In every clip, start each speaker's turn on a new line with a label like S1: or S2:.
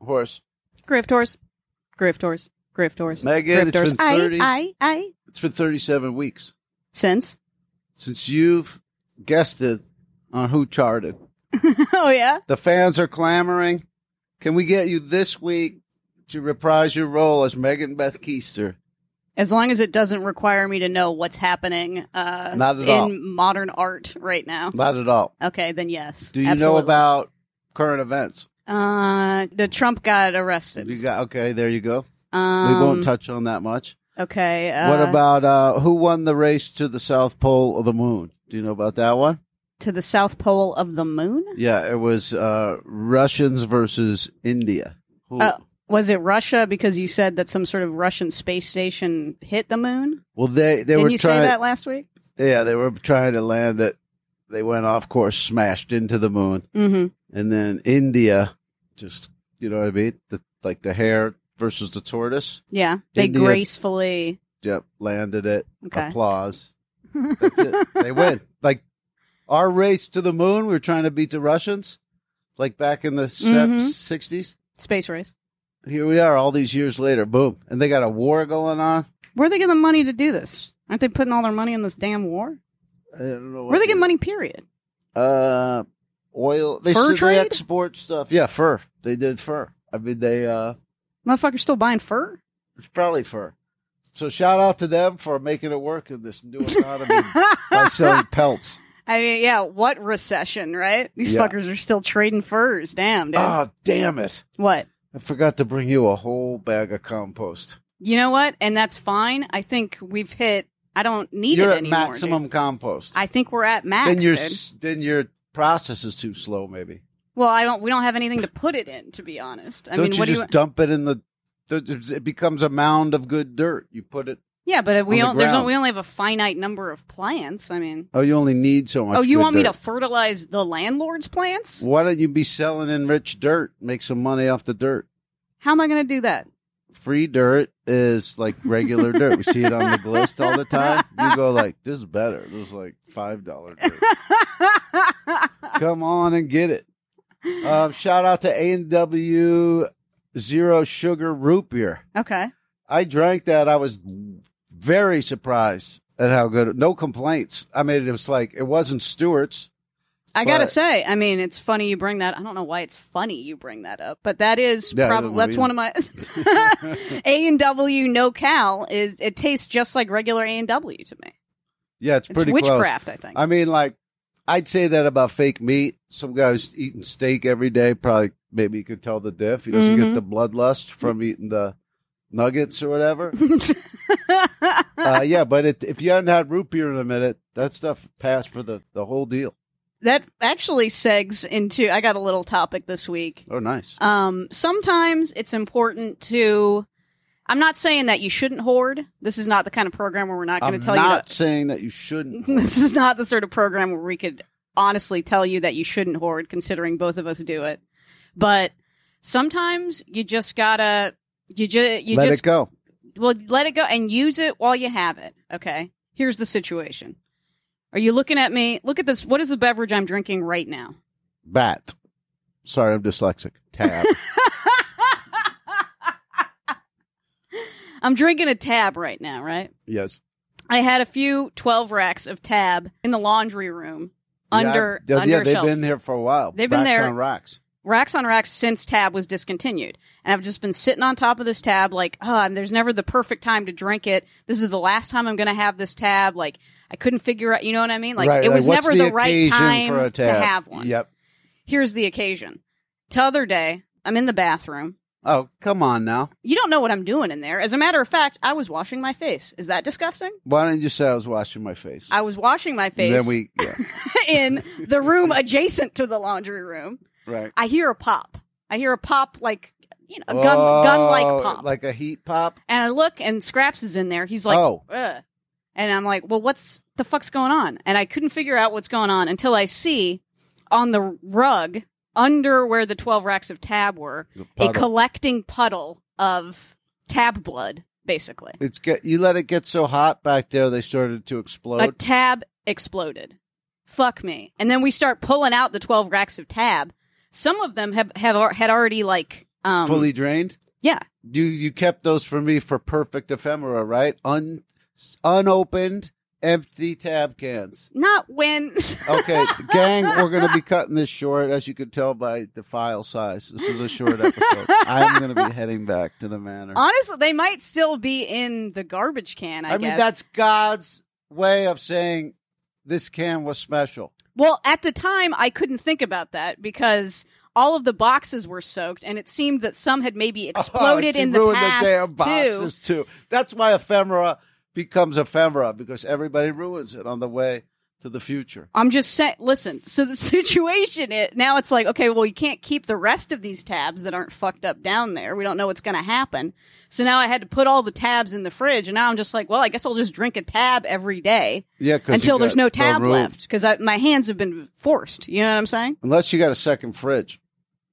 S1: horse.
S2: Griftors. Griftors. Griftors.
S1: Megan, it's
S2: Griftors.
S1: been 30
S2: I, I, I.
S1: It's been 37 weeks
S2: Since.
S1: since you've guessed it on Who Charted.
S2: oh, yeah.
S1: The fans are clamoring. Can we get you this week to reprise your role as Megan Beth Keister?
S2: As long as it doesn't require me to know what's happening uh,
S1: Not at
S2: in
S1: all.
S2: modern art right now.
S1: Not at all.
S2: Okay, then yes.
S1: Do you
S2: Absolutely.
S1: know about current events?
S2: Uh, the Trump got arrested.
S1: You got okay. There you go. we
S2: um,
S1: won't touch on that much.
S2: Okay. Uh,
S1: what about uh, who won the race to the South Pole of the Moon? Do you know about that one?
S2: to the South Pole of the Moon?
S1: Yeah, it was uh, Russians versus India. Who,
S2: Oh. Was it Russia? Because you said that some sort of Russian space station hit the moon.
S1: well, they they
S2: Didn't
S1: were
S2: you
S1: trying.
S2: say that last week?
S1: Yeah, they were trying to land it. They went off course, smashed into the moon,
S2: Mm-hmm.
S1: and then India just you know what I mean? The, like the hare versus the tortoise.
S2: Yeah, they
S1: India-
S2: gracefully.
S1: Yep, landed it.
S2: Okay.
S1: Applause. That's it. They win. Like our race to the moon, we were trying to beat the Russians, like back in the
S2: Mhm.
S1: sixties.
S2: Space race.
S1: Here we are, all these years later. Boom, and they got a war going on.
S2: Where are they getting the money to do this? Aren't they putting all their money in this damn war?
S1: I don't know. What
S2: Where are they
S1: the-
S2: getting money? Period.
S1: Uh, oil. They
S2: Fur
S1: said they
S2: trade?
S1: export stuff. Yeah, fur. They did fur. I mean, they. uh
S2: Motherfuckers still buying fur.
S1: It's probably fur. So shout out to them for making it work in this new economy by selling pelts.
S2: I mean, yeah. What recession, right? These
S1: Yeah.
S2: fuckers are still trading furs. Damn, dude.
S1: Ah, damn it.
S2: what?
S1: I forgot to bring you a whole bag of compost.
S2: You know what? And that's fine. I think we've hit. I don't need
S1: you're
S2: it
S1: at
S2: anymore. dude.
S1: maximum compost.
S2: I think we're at max.
S1: then your
S2: dude.
S1: s- then your process is too slow. Maybe
S2: Well, I don't. We don't have anything to put it in, to be honest. I
S1: don't
S2: mean,
S1: you
S2: what
S1: just
S2: do you?
S1: dump it in the? th- th- It becomes a mound of good dirt. You put it.
S2: Yeah, but if we
S1: on the
S2: don't. There's no,
S1: ground.
S2: we only have a finite number of plants. I mean,
S1: Oh, you only need so much.
S2: oh, you
S1: good
S2: want me
S1: dirt.
S2: to fertilize the landlord's plants?
S1: Why don't you be selling in rich dirt? Make some money off the dirt.
S2: How am I going to do that?
S1: Free dirt is like regular dirt. We see it on the list all the time. You go like, "This is better." This is like five dollar dirt. Come on and get it. Um, shout out to A and W Zero Sugar Root Beer.
S2: okay.
S1: I drank that. I was very surprised at how good. No complaints. I mean, it was like it wasn't Stewart's.
S2: I gotta
S1: But-
S2: say, I mean, it's funny you bring that. I don't know why it's funny you bring that up, but that is
S1: Yeah, I don't
S2: probably
S1: know
S2: that's
S1: either.
S2: one of my A and W no cal is it tastes just like regular A and W to me.
S1: Yeah, it's
S2: It's
S1: pretty close.
S2: witchcraft, I think.
S1: I mean, like I'd say that about fake meat. Some guys eating steak every day probably maybe you could tell the diff. He doesn't
S2: Mhm.
S1: get the bloodlust
S2: Mm-hmm.
S1: from eating the nuggets or whatever. uh, yeah, but it, if you hadn't had root beer in a minute, that stuff passed for the the whole deal.
S2: that actually segs into I got a little topic this week.
S1: Oh, nice.
S2: Um, sometimes it's important to. I'm not saying that you shouldn't hoard. This is not the kind of program where we're not going
S1: I'm
S2: to tell you.
S1: not
S2: to-
S1: saying that you shouldn't.
S2: this is not the sort of program where we could honestly tell you that you shouldn't hoard, considering both of us do it. But sometimes you just gotta you just you
S1: Let
S2: just
S1: it go.
S2: well let it go and use it while you have it. Okay, here's the situation. Are you looking at me? Look at this. What is the beverage I'm drinking right now?
S1: Bat. Sorry, I'm dyslexic. Tab.
S2: I'm drinking a tab right now, right?
S1: yes.
S2: I had a few 12 racks of tab in the laundry room under
S1: Yeah, I-
S2: under
S1: yeah,
S2: a
S1: they've
S2: shelf.
S1: been there for a while.
S2: They've been
S1: Racks
S2: there-
S1: on racks.
S2: racks on racks since tab was discontinued and i've just been sitting on top of this tab like oh and there's never the perfect time to drink it this is the last time i'm going to have this tab like i couldn't figure out you know what i mean like
S1: Right,
S2: it was
S1: what's
S2: never the, right
S1: occasion
S2: time
S1: for a
S2: to
S1: tab?
S2: have one
S1: Yep.
S2: here's the occasion t'other day i'm in the bathroom
S1: Oh, come on now.
S2: you don't know what i'm doing in there as a matter of fact i was washing my face is that disgusting
S1: Why didn't you say I was washing my face?
S2: i was washing my
S1: And
S2: face
S1: Then we. Yeah.
S2: in the room adjacent to the laundry room
S1: right.
S2: i hear a pop i hear a pop like you know a gun gun
S1: Oh,
S2: like pop
S1: Like a heat pop.
S2: And I look, and Scraps is in there. He's like,
S1: Oh.
S2: Ugh. And I'm like, well, what's the fuck's going on? And I couldn't figure out what's going on until I see on the rug under where the 12 racks of tab were
S1: The
S2: a
S1: puddle.
S2: collecting puddle of tab blood, basically.
S1: it's get you let it get so hot back there they started to explode.
S2: A tab exploded. Fuck me. And then we start pulling out the 12 racks of tab. Some of them have, have al- had already like Um,
S1: fully drained.
S2: yeah.
S1: You you kept those for me for perfect ephemera, right? Un unopened empty tab cans.
S2: Not when.
S1: Okay, gang, we're going to be cutting this short, as you could tell by the file size. This is a short episode. I'm going to be heading back to the manor.
S2: Honestly, they might still be in the garbage can. I,
S1: I, mean,
S2: guess.
S1: that's God's way of saying this can was special.
S2: Well, at the time, I couldn't think about that because all of the boxes were soaked, and it seemed that some had maybe exploded
S1: Oh, She
S2: in the
S1: ruined
S2: past
S1: the damn
S2: too.
S1: boxes too. That's why ephemera becomes ephemera because everybody ruins it on the way to the future.
S2: I'm just saying. Listen, so the situation it now it's like okay, well, you can't keep the rest of these tabs that aren't fucked up down there. We don't know what's going to happen. So now I had to put all the tabs in the fridge, and now I'm just like, well, I guess I'll just drink a tab every day
S1: Yeah, 'cause you
S2: until there's
S1: got
S2: no tab
S1: room.
S2: left because my hands have been forced. You know what I'm saying?
S1: Unless you got a second fridge.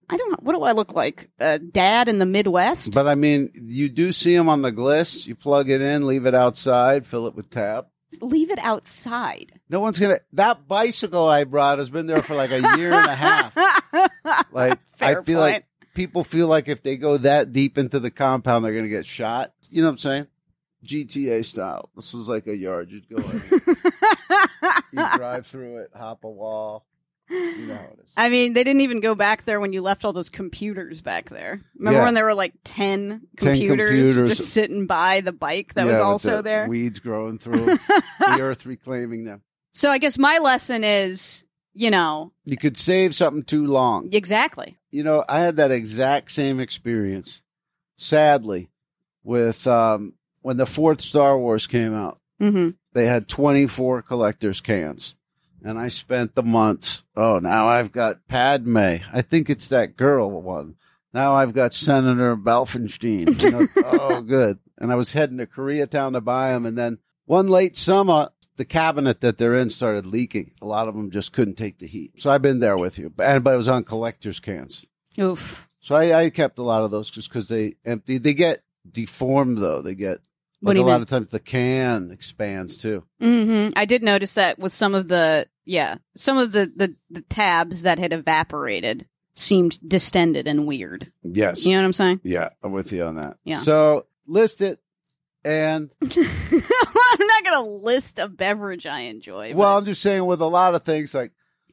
S2: I don't. know. What do I look like, uh, Dad in the Midwest?
S1: But I mean, you do see them on the glist. You plug it in, leave it outside, fill it with tab.
S2: Leave it outside.
S1: No one's gonna. That bicycle I brought has been there for like a year and a half. Like
S2: Fair
S1: I feel
S2: point.
S1: like people feel like if they go that deep into the compound, they're gonna get shot. You know what I'm saying? GTA style. This was like a yard. You'd go, in, you drive through it, hop a wall. You know how it is.
S2: I mean, they didn't even go back there when you left all those computers back there. Remember
S1: Yeah.
S2: when there were like 10
S1: 10
S2: computers,
S1: computers.
S2: just sitting by the bike that was
S1: Yeah, with
S2: also
S1: the
S2: there?
S1: Weeds growing through 'em, the earth, reclaiming them.
S2: so I guess my lesson is, you know,
S1: You could save something too long.
S2: exactly.
S1: you know, I had that exact same experience, sadly, with um, when the fourth Star Wars came out.
S2: hmm
S1: They had 24 collector's cans. And I spent the months. Oh, now I've got Padme. I think it's that girl one. Now I've got Senator Balfenstein. You know, oh, good. And I was heading to Koreatown to buy them. And then one late summer, the cabinet that they're in started leaking. A lot of them just couldn't take the heat. So I've been there with you. But, but it was on collector's cans.
S2: Oof.
S1: So I, I kept a lot of those just because they empty. They get deformed though. They get
S2: What
S1: like
S2: do
S1: a
S2: you
S1: lot
S2: mean?
S1: of times the can expands too.
S2: hmm I did notice that with some of the, yeah, some of the, the, the tabs that had evaporated seemed distended and weird.
S1: Yes.
S2: You know what I'm saying?
S1: Yeah, I'm with you on that.
S2: Yeah.
S1: So list it, and
S2: I'm not going to list a beverage I enjoy.
S1: well, I'm just saying with a lot of things like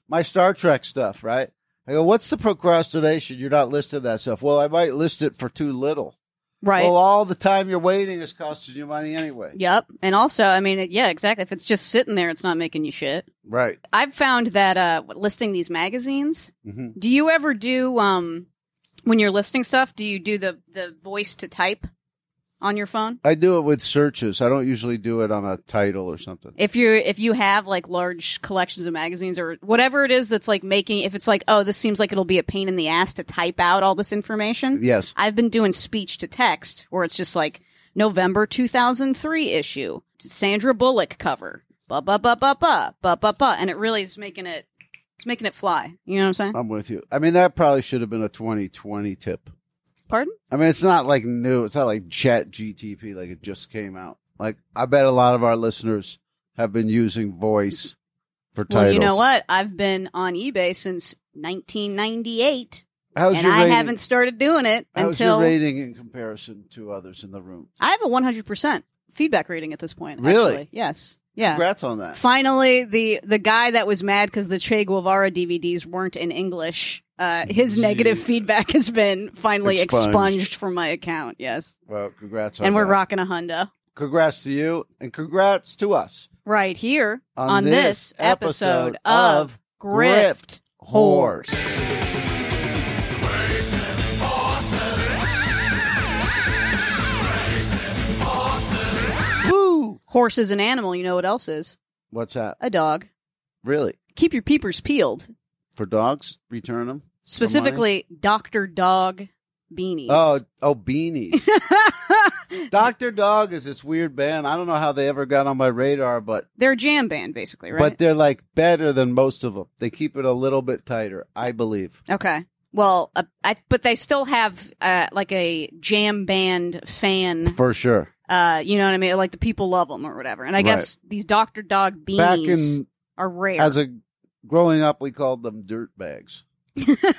S1: my Star Trek stuff, right? I go, what's the procrastination? You're not listing that stuff. Well, I might list it for too little.
S2: but- right.
S1: Well, all the time you're waiting is costing you money anyway.
S2: Yep. And also, I mean, it- yeah, exactly. If it's just sitting there, it's not making you shit.
S1: Right.
S2: I've found that uh, listing these magazines.
S1: hmm
S2: Do you ever do um, when you're listing stuff? Do you do the the voice to type on your phone?
S1: I do it with searches. I don't usually do it on a title or something.
S2: If you if you have like large collections of magazines or whatever it is that's like making if it's like oh this seems like it'll be a pain in the ass to type out all this information.
S1: Yes.
S2: I've been doing speech to text where it's just like November 2003 issue, Sandra Bullock cover, ba ba ba ba ba ba ba ba, and it really is making it it's making it fly. You know what I'm saying?
S1: I'm with you. I mean, that probably should have been a 2020 tip.
S2: Pardon?
S1: I mean, it's not like new. It's not like Chat GTP, like it just came out. Like, I bet a lot of our listeners have been using voice for titles.
S2: Well, you know what? I've been on eBay since 1998,
S1: How's
S2: and
S1: your
S2: I
S1: rating?
S2: haven't started doing it
S1: How's
S2: until
S1: your rating in comparison to others in the room?
S2: I have a 100 percent feedback rating at this point.
S1: Really?
S2: actually. Yes. Yeah.
S1: Congrats on that.
S2: Finally, the the guy that was mad because the Che Guevara DVDs weren't in English, uh, his
S1: Yeah.
S2: negative feedback has been finally expunged,
S1: Expunged.
S2: from my account. Yes,
S1: Well, congrats on
S2: and we're
S1: that.
S2: rocking a Honda
S1: Congrats to you, and congrats to us
S2: right here
S1: on,
S2: on, this, episode of Grift Horse.
S1: Horse. Woo!
S2: Horse is an animal. You know what else is?
S1: What's that?
S2: A dog.
S1: Really?
S2: Keep your peepers peeled.
S1: For dogs? Return them?
S2: Specifically, Doctor Dog beanies.
S1: Oh, oh, beanies. Dr. Dog is this weird band. I don't know how they ever got on my radar, but
S2: they're a jam band, basically, right?
S1: but they're like better than most of them. They keep it a little bit tighter, I believe.
S2: Okay. Well, uh, I, but they still have uh, like a jam band fan.
S1: For sure.
S2: Uh, you know what I mean? Like the people love them or whatever. And I
S1: Right.
S2: guess these Doctor Dog beanies
S1: Back in
S2: are rare.
S1: as a growing up, we called them dirt bags.
S2: and
S1: Just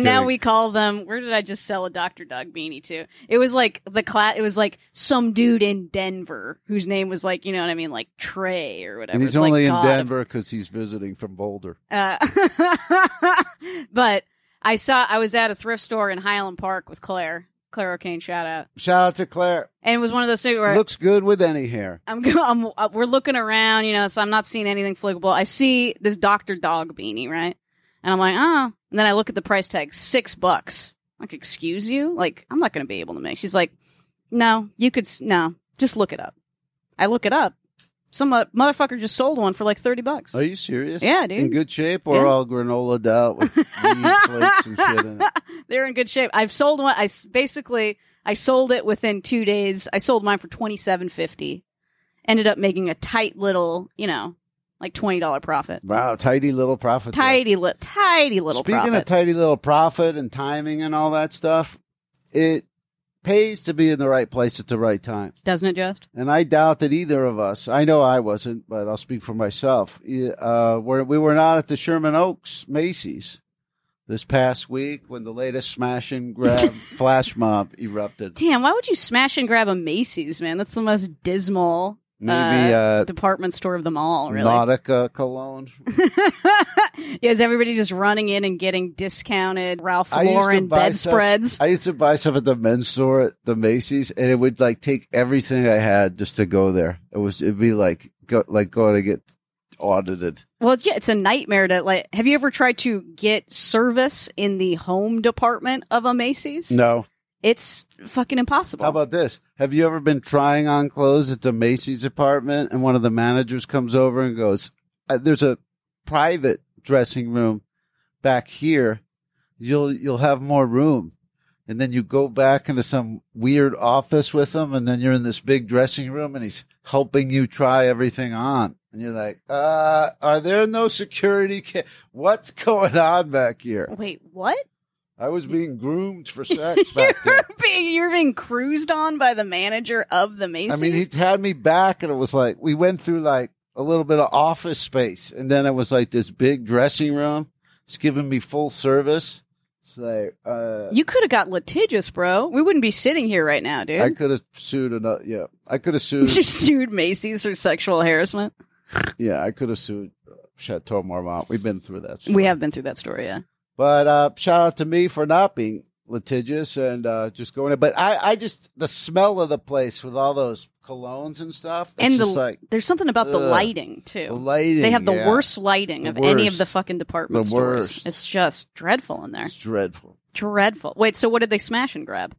S2: now
S1: kidding.
S2: we call them. Where did I just sell a Dr. Dog beanie to? It was like the class. It was like some dude in Denver whose name was like you know what I mean, like Trey or whatever.
S1: And he's
S2: It's like
S1: only in
S2: God of-
S1: Denver because he's visiting from Boulder.
S2: uh, but I saw. I was at a thrift store in Highland Park with Claire. Claire O'Kane, shout out.
S1: Shout out to Claire.
S2: And it was one of those things where
S1: Looks good with any hair.
S2: I'm, go- I'm uh, we're looking around, you know, so I'm not seeing anything flickable. I see this Doctor Dog beanie, right? And I'm like, oh. And then I look at the price tag, six bucks. Like, excuse you? Like, I'm not going to be able to make. She's like, no, you could, s- no, just look it up. I look it up. Some uh, motherfucker just sold one for like thirty bucks.
S1: Are you serious?
S2: Yeah, dude.
S1: In good shape or
S2: Yeah.
S1: all granola out with weed flakes and shit in it?
S2: They're in good shape. I've sold one. I s- basically I sold it within two days. I sold mine for twenty seven fifty. Ended up making a tight little, you know, like twenty dollar profit.
S1: Wow, tidy little profit. there.
S2: Tidy little, tidy little
S1: Speaking
S2: profit.
S1: of tidy little profit and timing and all that stuff, it pays to be in the right place at the right time.
S2: Doesn't it just?
S1: And I doubt that either of us, I know I wasn't, but I'll speak for myself. e- Uh, we're, we were not at the Sherman Oaks Macy's this past week when the latest smash and grab flash mob erupted.
S2: Damn, why would you smash and grab a Macy's, man? That's the most dismal
S1: Maybe uh,
S2: department store of them all, really.
S1: Nautica cologne.
S2: yeah, is everybody just running in and getting discounted Ralph
S1: I used to
S2: Lauren
S1: buy stuff-
S2: bedspreads?
S1: I used to buy stuff at the men's store at the Macy's, and it would like take everything I had just to go there. It was it'd be like go, like going to get audited.
S2: Well, yeah, it's a nightmare to like. Have you ever tried to get service in the home department of a Macy's?
S1: No,
S2: It's fucking impossible.
S1: how about this? Have you ever been trying on clothes at the Macy's apartment, and one of the managers comes over and goes, "Uh, "There's a private dressing room back here. You'll you'll have more room." And then you go back into some weird office with him, and then you're in this big dressing room, and he's helping you try everything on. And you're like, uh, are there no security? Ca- What's going on back here?
S2: Wait, what?
S1: I was being groomed for sex
S2: You're
S1: back there.
S2: being, you're being cruised on by the manager of the
S1: I
S2: Macy's.
S1: mean, he had me back, and it was like we went through like a little bit of office space, and then it was like this big dressing room. It's giving me full service. It's like uh,
S2: you could have got litigious, bro. We wouldn't be sitting here right now, dude.
S1: I could have sued another. Yeah, I could have sued.
S2: Just sued Macy's for sexual harassment.
S1: yeah, I could have sued uh, Chateau Marmont. We've been through that.
S2: We have been through that story, yeah.
S1: But uh, shout out to me for not being litigious and uh, just going. In. But I, I just the smell of the place with all those colognes and stuff. It's
S2: And the-
S1: just like
S2: There's something about the
S1: Ugh.
S2: lighting
S1: the
S2: too.
S1: lighting.
S2: They have the
S1: yeah.
S2: worst lighting
S1: The
S2: of any of
S1: worst.
S2: the fucking department
S1: The
S2: stores.
S1: worst.
S2: It's just dreadful in there.
S1: It's dreadful.
S2: Dreadful. Wait, so what did they smash and grab?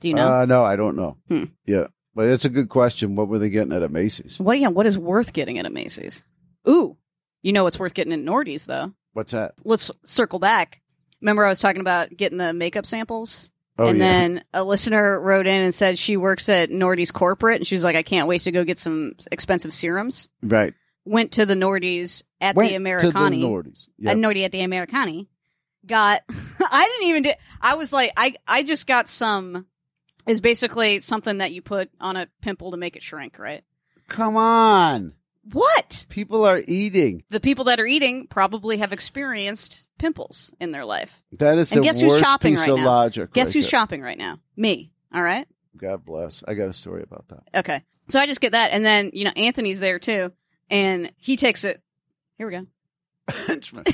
S2: Do you know?
S1: Uh, no, I don't know.
S2: Hmm.
S1: Yeah, but it's a good question. What were they getting at a Macy's?
S2: what yeah, what is worth getting at a Macy's? Ooh. You know what's worth getting at Nordy's though.
S1: What's that?
S2: Let's circle back. Remember I was talking about getting the makeup samples?
S1: Oh
S2: and
S1: yeah,
S2: then a listener wrote in and said she works at Nordy's corporate and she was like, I can't wait to go get some expensive serums.
S1: right.
S2: Went to the Nordy's at
S1: Went
S2: the
S1: to the
S2: Americani.
S1: Nordies. Yep.
S2: at Nordy at the Americani. Got I didn't even do I was like I I just got some is basically something that you put on a pimple to make it shrink, right?
S1: Come on,
S2: What?
S1: people are eating.
S2: The people that are eating probably have experienced pimples in their life.
S1: That is
S2: And
S1: the
S2: guess who's
S1: worst
S2: shopping
S1: piece
S2: right
S1: of
S2: now?
S1: logic.
S2: Guess
S1: right
S2: who's
S1: there.
S2: shopping right now? Me. All right?
S1: God bless. I got a story about that.
S2: Okay. So I just get that and then, you know, Anthony's there too and he takes it. Here we go.
S1: Henchman.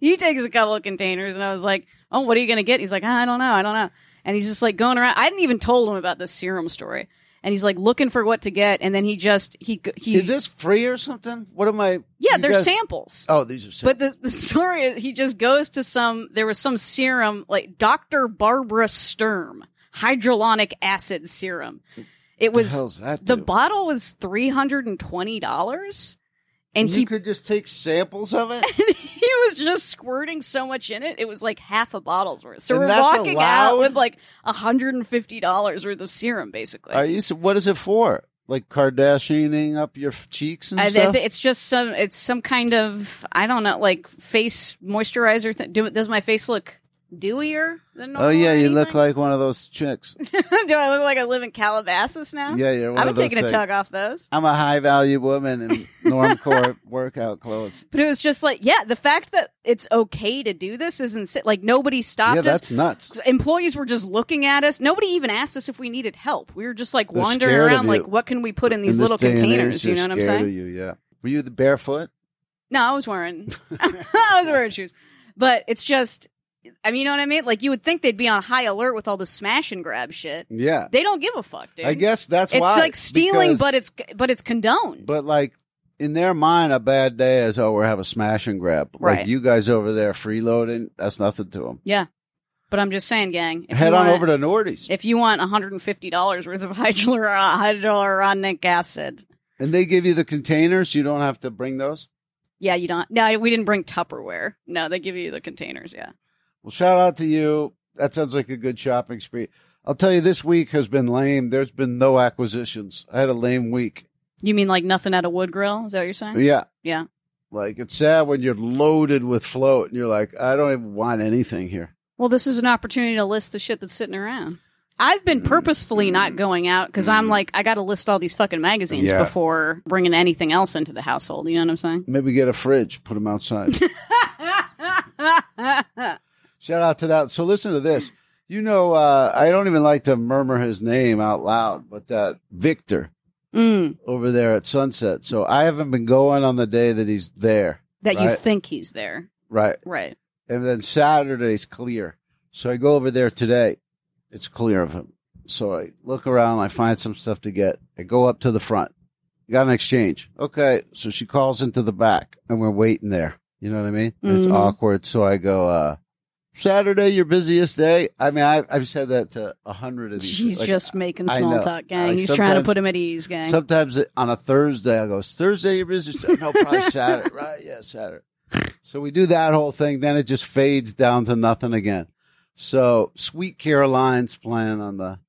S2: he takes a couple of containers and I was like, "Oh, what are you going to get?" He's like, "Ah, "I don't know. I don't know." And he's just like going around. I didn't even told him about this serum story. And he's like looking for what to get and then he just he he
S1: is this free or something? What am I?
S2: Yeah,
S1: you
S2: they're
S1: guys-
S2: samples.
S1: Oh, these are. Sam-
S2: But the, the story is he just goes to some there was some serum like Dr. Barbara Sturm hydrolonic acid serum. It
S1: what the
S2: was
S1: hell's that?
S2: the
S1: do?
S2: bottle was $320 and
S1: you
S2: he
S1: could just take samples of it.
S2: and he was just squirting so much in it. It was like half a bottle's worth. So
S1: And
S2: we're
S1: that's
S2: walking out
S1: allowed?
S2: with like $150 worth of serum, basically.
S1: are you? What is it for? Like Kardashianing up your f- cheeks and
S2: I-
S1: stuff?
S2: th- it's just some, it's some kind of, I don't know, like face moisturizer thing. Do, does my face look dewier than normal.
S1: Oh yeah,
S2: or
S1: you look
S2: anything?
S1: like one of those chicks.
S2: Do I look like I live in Calabasas now?
S1: Yeah, you're one
S2: I've
S1: of
S2: been
S1: those.
S2: taking
S1: things.
S2: a tug off those.
S1: I'm a high value woman in normcore workout clothes.
S2: But it was just like, yeah, the fact that it's okay to do this is insane. Like nobody stopped
S1: yeah,
S2: us.
S1: that's nuts.
S2: Employees were just looking at us. Nobody even asked us if we needed help. We were just like
S1: They're
S2: wandering
S1: scared of
S2: around,
S1: you.
S2: like, what can we put in these
S1: In this
S2: little
S1: day and age,
S2: containers? You
S1: they're
S2: know what I'm
S1: scared
S2: saying?
S1: of you, yeah. Were you the barefoot?
S2: No, I was wearing I was wearing shoes. But it's just I mean, you know what I mean? Like you would think they'd be on high alert with all the smash and grab shit.
S1: Yeah.
S2: They don't give a fuck, dude.
S1: I guess that's
S2: it's
S1: why.
S2: like stealing,
S1: because-
S2: but it's but it's condoned.
S1: but like in their mind, a bad day is oh, we're have a smash and grab.
S2: Right.
S1: Like you guys over there freeloading, that's nothing to them.
S2: but I'm just saying, gang, if
S1: Head
S2: you
S1: on
S2: want,
S1: over to Nordy's,
S2: if you want 150 dollars worth of hydro- hyaluronic acid.
S1: and they give you the containers. You don't have to bring those.
S2: Yeah, you don't. No, we didn't bring Tupperware. No, they give you the containers. Yeah.
S1: Well, shout out to you. That sounds like a good shopping spree. I'll tell you, this week has been lame. There's been no acquisitions. I had a lame week.
S2: You mean like nothing at a wood grill? Is that what you're saying?
S1: Yeah.
S2: Mm-hmm. Yeah.
S1: Like it's sad when you're loaded with float and you're like, I don't even want anything here.
S2: Well, this is an opportunity to list the shit that's sitting around. I've
S1: Mm.
S2: been purposefully not going out because I'm like, I got to list all these fucking magazines
S1: Yeah.
S2: before bringing anything else into the household. You know what I'm saying?
S1: Maybe get a fridge, put them outside. Shout out to that. So listen to this. You know, uh, I don't even like to murmur his name out loud, but that Victor
S2: mm,
S1: over there at Sunset. So I haven't been going on the day that he's there.
S2: that you
S1: Right.
S2: think he's there.
S1: Right.
S2: Right.
S1: And then Saturday's clear. So I go over there today. It's clear of him. So I look around, I find some stuff to get. I go up to the front. Got an exchange. Okay. So she calls into the back and we're waiting there. You know what I mean? It's
S2: Mhm.
S1: awkward. So I go, uh, Saturday, your busiest day. I mean, I, I've said that to a hundred of these.
S2: He's
S1: like,
S2: just making
S1: I
S2: small
S1: know.
S2: talk, gang.
S1: Like,
S2: he's trying to
S1: sometimes-
S2: put him at ease, gang.
S1: Sometimes on a Thursday, I go, "Is Thursday your business? day?" No, probably Saturday, right? Yeah, Saturday. So we do that whole thing. Then it just fades down to nothing again. So Sweet Caroline's playing on the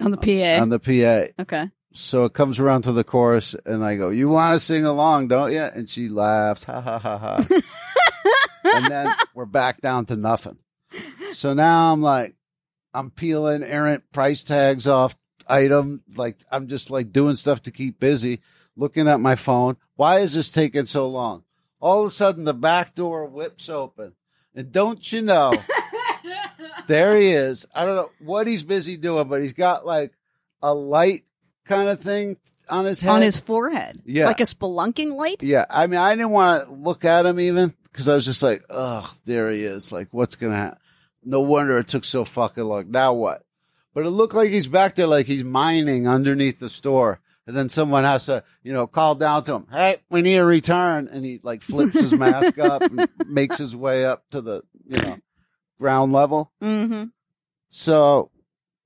S2: on the PA.
S1: on the PA.
S2: okay.
S1: So it comes around to the chorus, and I go, "You want to sing along, don't you?" And she laughs, ha ha ha ha. and then we're back down to nothing. So now I'm like, I'm peeling errant price tags off item. Like I'm just like doing stuff to keep busy, looking at my phone. Why is this taking so long? All of a sudden, the back door whips open, and don't you know? There he is. I don't know what he's busy doing, but he's got like a light kind of thing on his head.
S2: on his forehead.
S1: Yeah.
S2: Like a spelunking light?
S1: yeah. I mean, I didn't want to look at him even because I was just like, "Ugh, there he is. Like, what's gonna happen? No wonder it took so fucking long. Now what?" But it looked like he's back there, like he's mining underneath the store, and then someone has to, you know, call down to him, "Hey, we need a return," and he like flips his mask up, and makes his way up to the, you know, ground level.
S2: Mm-hmm.
S1: So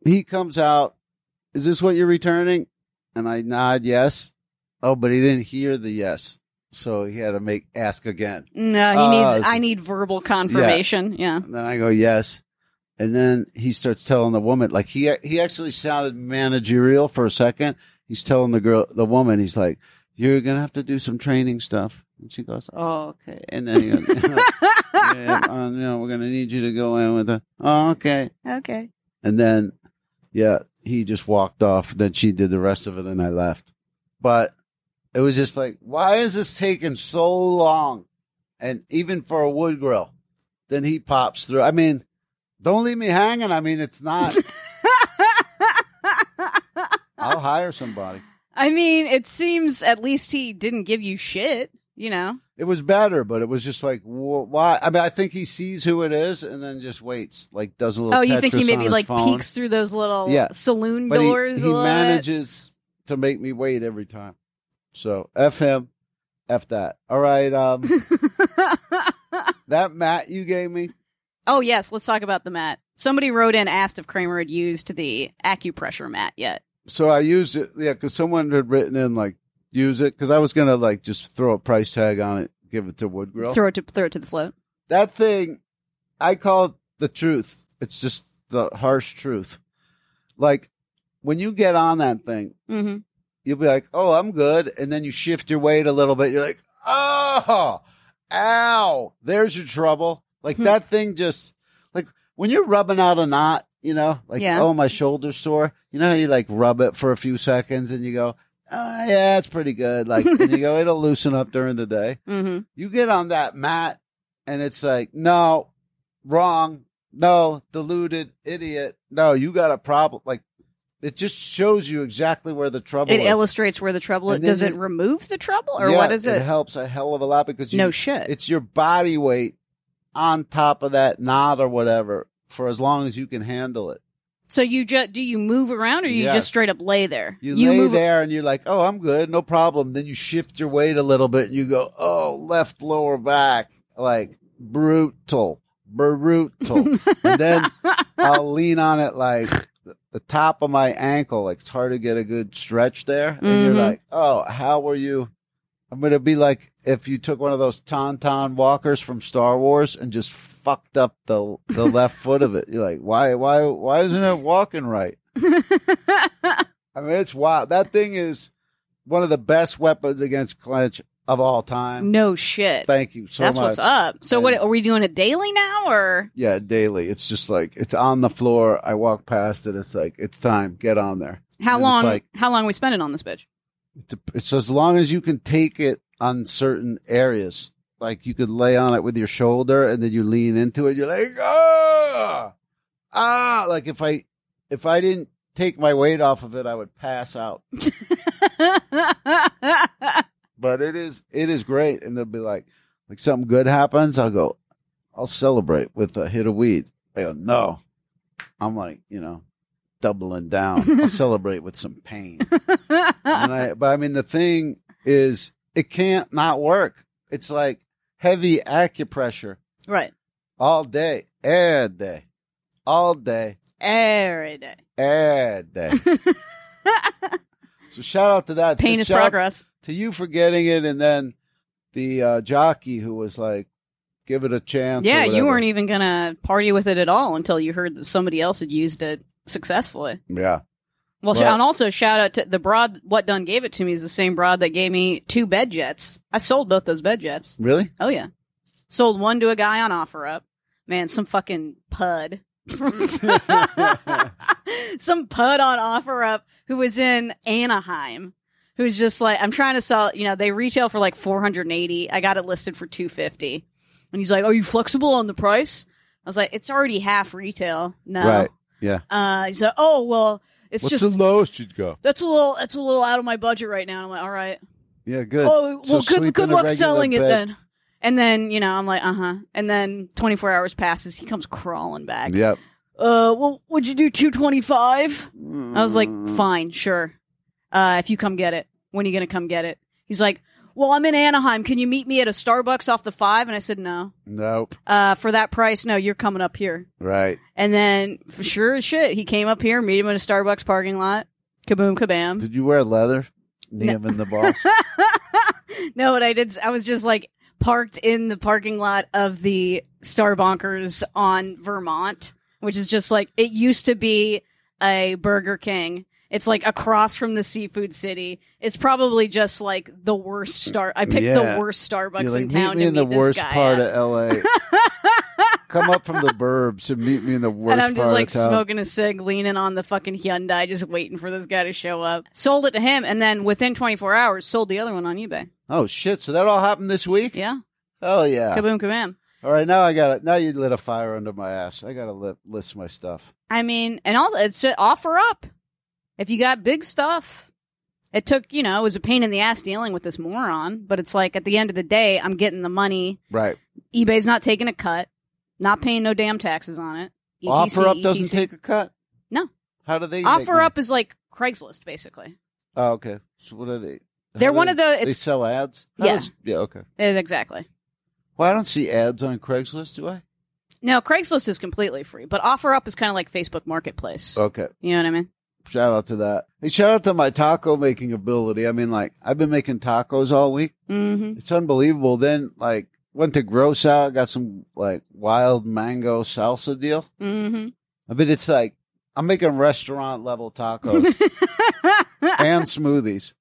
S1: he comes out. Is this what you're returning? And I nod yes. Oh, but he didn't hear the yes, so he had to make ask again.
S2: No, he
S1: Oh,
S2: needs.
S1: it's-
S2: I need verbal confirmation. Yeah.
S1: And then I go yes, and then he starts telling the woman like he he actually sounded managerial for a second. He's telling the girl, the woman, he's like, "You're gonna have to do some training stuff." And she goes, "Oh, okay." And then he goes, yeah, uh, you know, we're gonna need you to go in with a, "Oh, okay."
S2: okay.
S1: And then, yeah, he just walked off. Then she did the rest of it, and I left. But it was just like, why is this taking so long? And even for a wood grill, then he pops through. I mean, don't leave me hanging. I mean, it's not. I'll hire somebody.
S2: I mean, it seems at least he didn't give you shit. You know.
S1: It was better, but it was just like, wh- why? I mean, I think he sees who it is and then just waits, like does a little.
S2: Oh, you think he
S1: Tetris on
S2: maybe
S1: his
S2: like
S1: phone.
S2: peeks through those little
S1: Yeah.
S2: saloon
S1: But he-
S2: doors?
S1: He,
S2: a little bit?
S1: manages to make me wait every time. So f him, f that. All right, um, that mat you gave me.
S2: oh yes, let's talk about the mat. Somebody wrote in asked if Kramer had used the acupressure mat yet.
S1: So I used it, yeah, because someone had written in like use it because I was gonna like just throw a price tag on it, give it to Woodgrill.
S2: Throw it to throw it to the float.
S1: that thing, I call it the truth. It's just the harsh truth. Like when you get on that thing,
S2: Mm-hmm.
S1: you'll be like, "Oh, I'm good," and then you shift your weight a little bit. You're like, "Oh, ow, there's your trouble." Like
S2: Hmm.
S1: that thing just like when you're rubbing out a knot, you know, like
S2: Yeah.
S1: oh my shoulder's sore. You know how you like rub it for a few seconds and you go, oh yeah, it's pretty good. Like and you go, it'll loosen up during the day.
S2: hmm
S1: You get on that mat and it's like, no, wrong, no, deluded idiot, no, you got a problem. Like it just shows you exactly where the trouble
S2: It
S1: is.
S2: illustrates where the trouble is.
S1: And then
S2: Does it
S1: you-
S2: remove the trouble or
S1: Yeah,
S2: what is
S1: It
S2: it?
S1: helps a hell of a lot because you
S2: no shit.
S1: it's your body weight on top of that knot or whatever for as long as you can handle it.
S2: so you just do you move around or you
S1: Yes.
S2: just straight up lay there?
S1: You, lay
S2: move
S1: there and you're like, oh, I'm good, no problem. Then you shift your weight a little bit and you go, oh, left lower back, like brutal, brutal. and then I'll lean on it like the- the top of my ankle. Like it's hard to get a good stretch there. And
S2: Mhm.
S1: you're like, oh, how were you? I'm going to be like if you took one of those tauntaun walkers from Star Wars and just fucked up the the left foot of it. You're like, why, why, why isn't it walking right? I mean, it's wild. That thing is one of the best weapons against clinch of all time.
S2: no shit.
S1: Thank you so
S2: Mm. That's
S1: much.
S2: what's up. So what
S1: And-
S2: are we doing it daily now or
S1: Yeah, daily. It's just like it's on the floor. I walk past it. It's like it's time. Get on there. And
S2: how
S1: it's
S2: long
S1: like-
S2: how long are we spending on this bitch?
S1: It's, it's as long as you can take it on certain areas. Like you could lay on it with your shoulder, and then you lean into it. You're like ah ah. Like if I if I didn't take my weight off of it, I would pass out. but it is it is great and they'll be like like something good happens i'll go i'll celebrate with a hit of weed they go no i'm like you know doubling down i'll celebrate with some pain and I, but i mean the thing is it can't not work it's like heavy acupressure
S2: right.
S1: all day every day all day
S2: Every day.
S1: every day so shout out to that
S2: Pain
S1: And
S2: is
S1: shout out
S2: progress.
S1: to you for getting it, and then the uh, jockey who was like, "Give it a chance." or
S2: Yeah, you
S1: whatever.
S2: weren't e-, even gonna party with it at all until you heard that somebody else had used it successfully.
S1: Yeah,
S2: Well, sh
S1: Right.
S2: and also shout out to the broad. What done gave it to me is the same broad that gave me two bed jets. I sold both those bed jets.
S1: really.
S2: Oh yeah, sold one to a guy on OfferUp. Man, some fucking pud. some pud on OfferUp who was in Anaheim, who's just like, I'm trying to sell. You know, they retail for like 480. I got it listed for 250, and he's like, "Are you flexible on the price?" I was like, "It's already half retail." No.
S1: Right. Yeah.
S2: Uh, he's like, "Oh well." It's
S1: What's
S2: just
S1: the lowest you'd go?
S2: that's a little that's a little out of my budget right now. And I'm like, all right.
S1: Yeah, good.
S2: oh
S1: So
S2: well, good
S1: sleep
S2: good
S1: in a
S2: luck
S1: regular
S2: selling it
S1: bed.
S2: then. And then you know I'm like, uh huh. And then 24 hours passes. He comes crawling back.
S1: Yep.
S2: Uh, well, would you do 225? I was like,
S1: Mm.
S2: fine, sure. Uh, if you come get it, when are you gonna come get it? He's like, well, I'm in Anaheim. Can you meet me at a Starbucks off the five? And I said, no.
S1: Nope.
S2: Uh, for that price, no. You're coming up here.
S1: Right.
S2: And then for sure as shit, he came up here, meet him in a Starbucks parking lot. Kaboom, kabam.
S1: Did you wear leather? Liam and the boss.
S2: no, what I did, I was just like parked in the parking lot of the Starbunkers on Vermont, which is just like it used to be a Burger King. It's like across from the Seafood City. It's probably just like the worst star. I picked
S1: Yeah.
S2: the worst Starbucks
S1: You're like,
S2: in
S1: meet
S2: town
S1: me
S2: to
S1: in the
S2: meet
S1: worst
S2: this guy
S1: part
S2: at."
S1: of L.A. Come up from the burbs and meet me in the worst
S2: and I'm just
S1: part
S2: like
S1: of town.
S2: smoking a cig, leaning on the fucking Hyundai, just waiting for this guy to show up. Sold it to him, and then within 24 hours, sold the other one on eBay.
S1: Oh shit! So that all happened this week?
S2: Yeah,
S1: Oh yeah.
S2: kaboom, kabam.
S1: All right, now I got it. Now you lit a fire under my ass. I got to li- list my stuff.
S2: I mean, and also it's just offer up. If you got big stuff, it took you know it was a pain in the ass dealing with this moron, but it's like at the end of the day, I'm getting the money.
S1: Right.
S2: eBay's not taking a cut, not paying no damn taxes on it. E ETC,
S1: Offer up doesn't
S2: ETC.
S1: take a cut.
S2: No.
S1: How do they make
S2: Offer
S1: money?
S2: up is like Craigslist basically.
S1: Oh, okay. So what are they? how
S2: They're
S1: do
S2: one
S1: they-
S2: of the-
S1: They
S2: it's-
S1: sell ads. How
S2: Yeah.
S1: does- yeah. Okay.
S2: Eh, Exactly.
S1: Well, I don't see ads on Craigslist, do I?
S2: No, Craigslist is completely free, but OfferUp is kind of like Facebook Marketplace.
S1: Okay.
S2: You know what I mean?
S1: Shout out to that. Hey, shout out to my taco making ability. I mean, like I've been making tacos all week.
S2: Mm-hmm.
S1: It's unbelievable. Then like went to Gross Out, got some like wild mango salsa deal.
S2: Mm-hmm.
S1: I mean, it's like I'm making restaurant level tacos
S2: mm-hmm.
S1: and smoothies.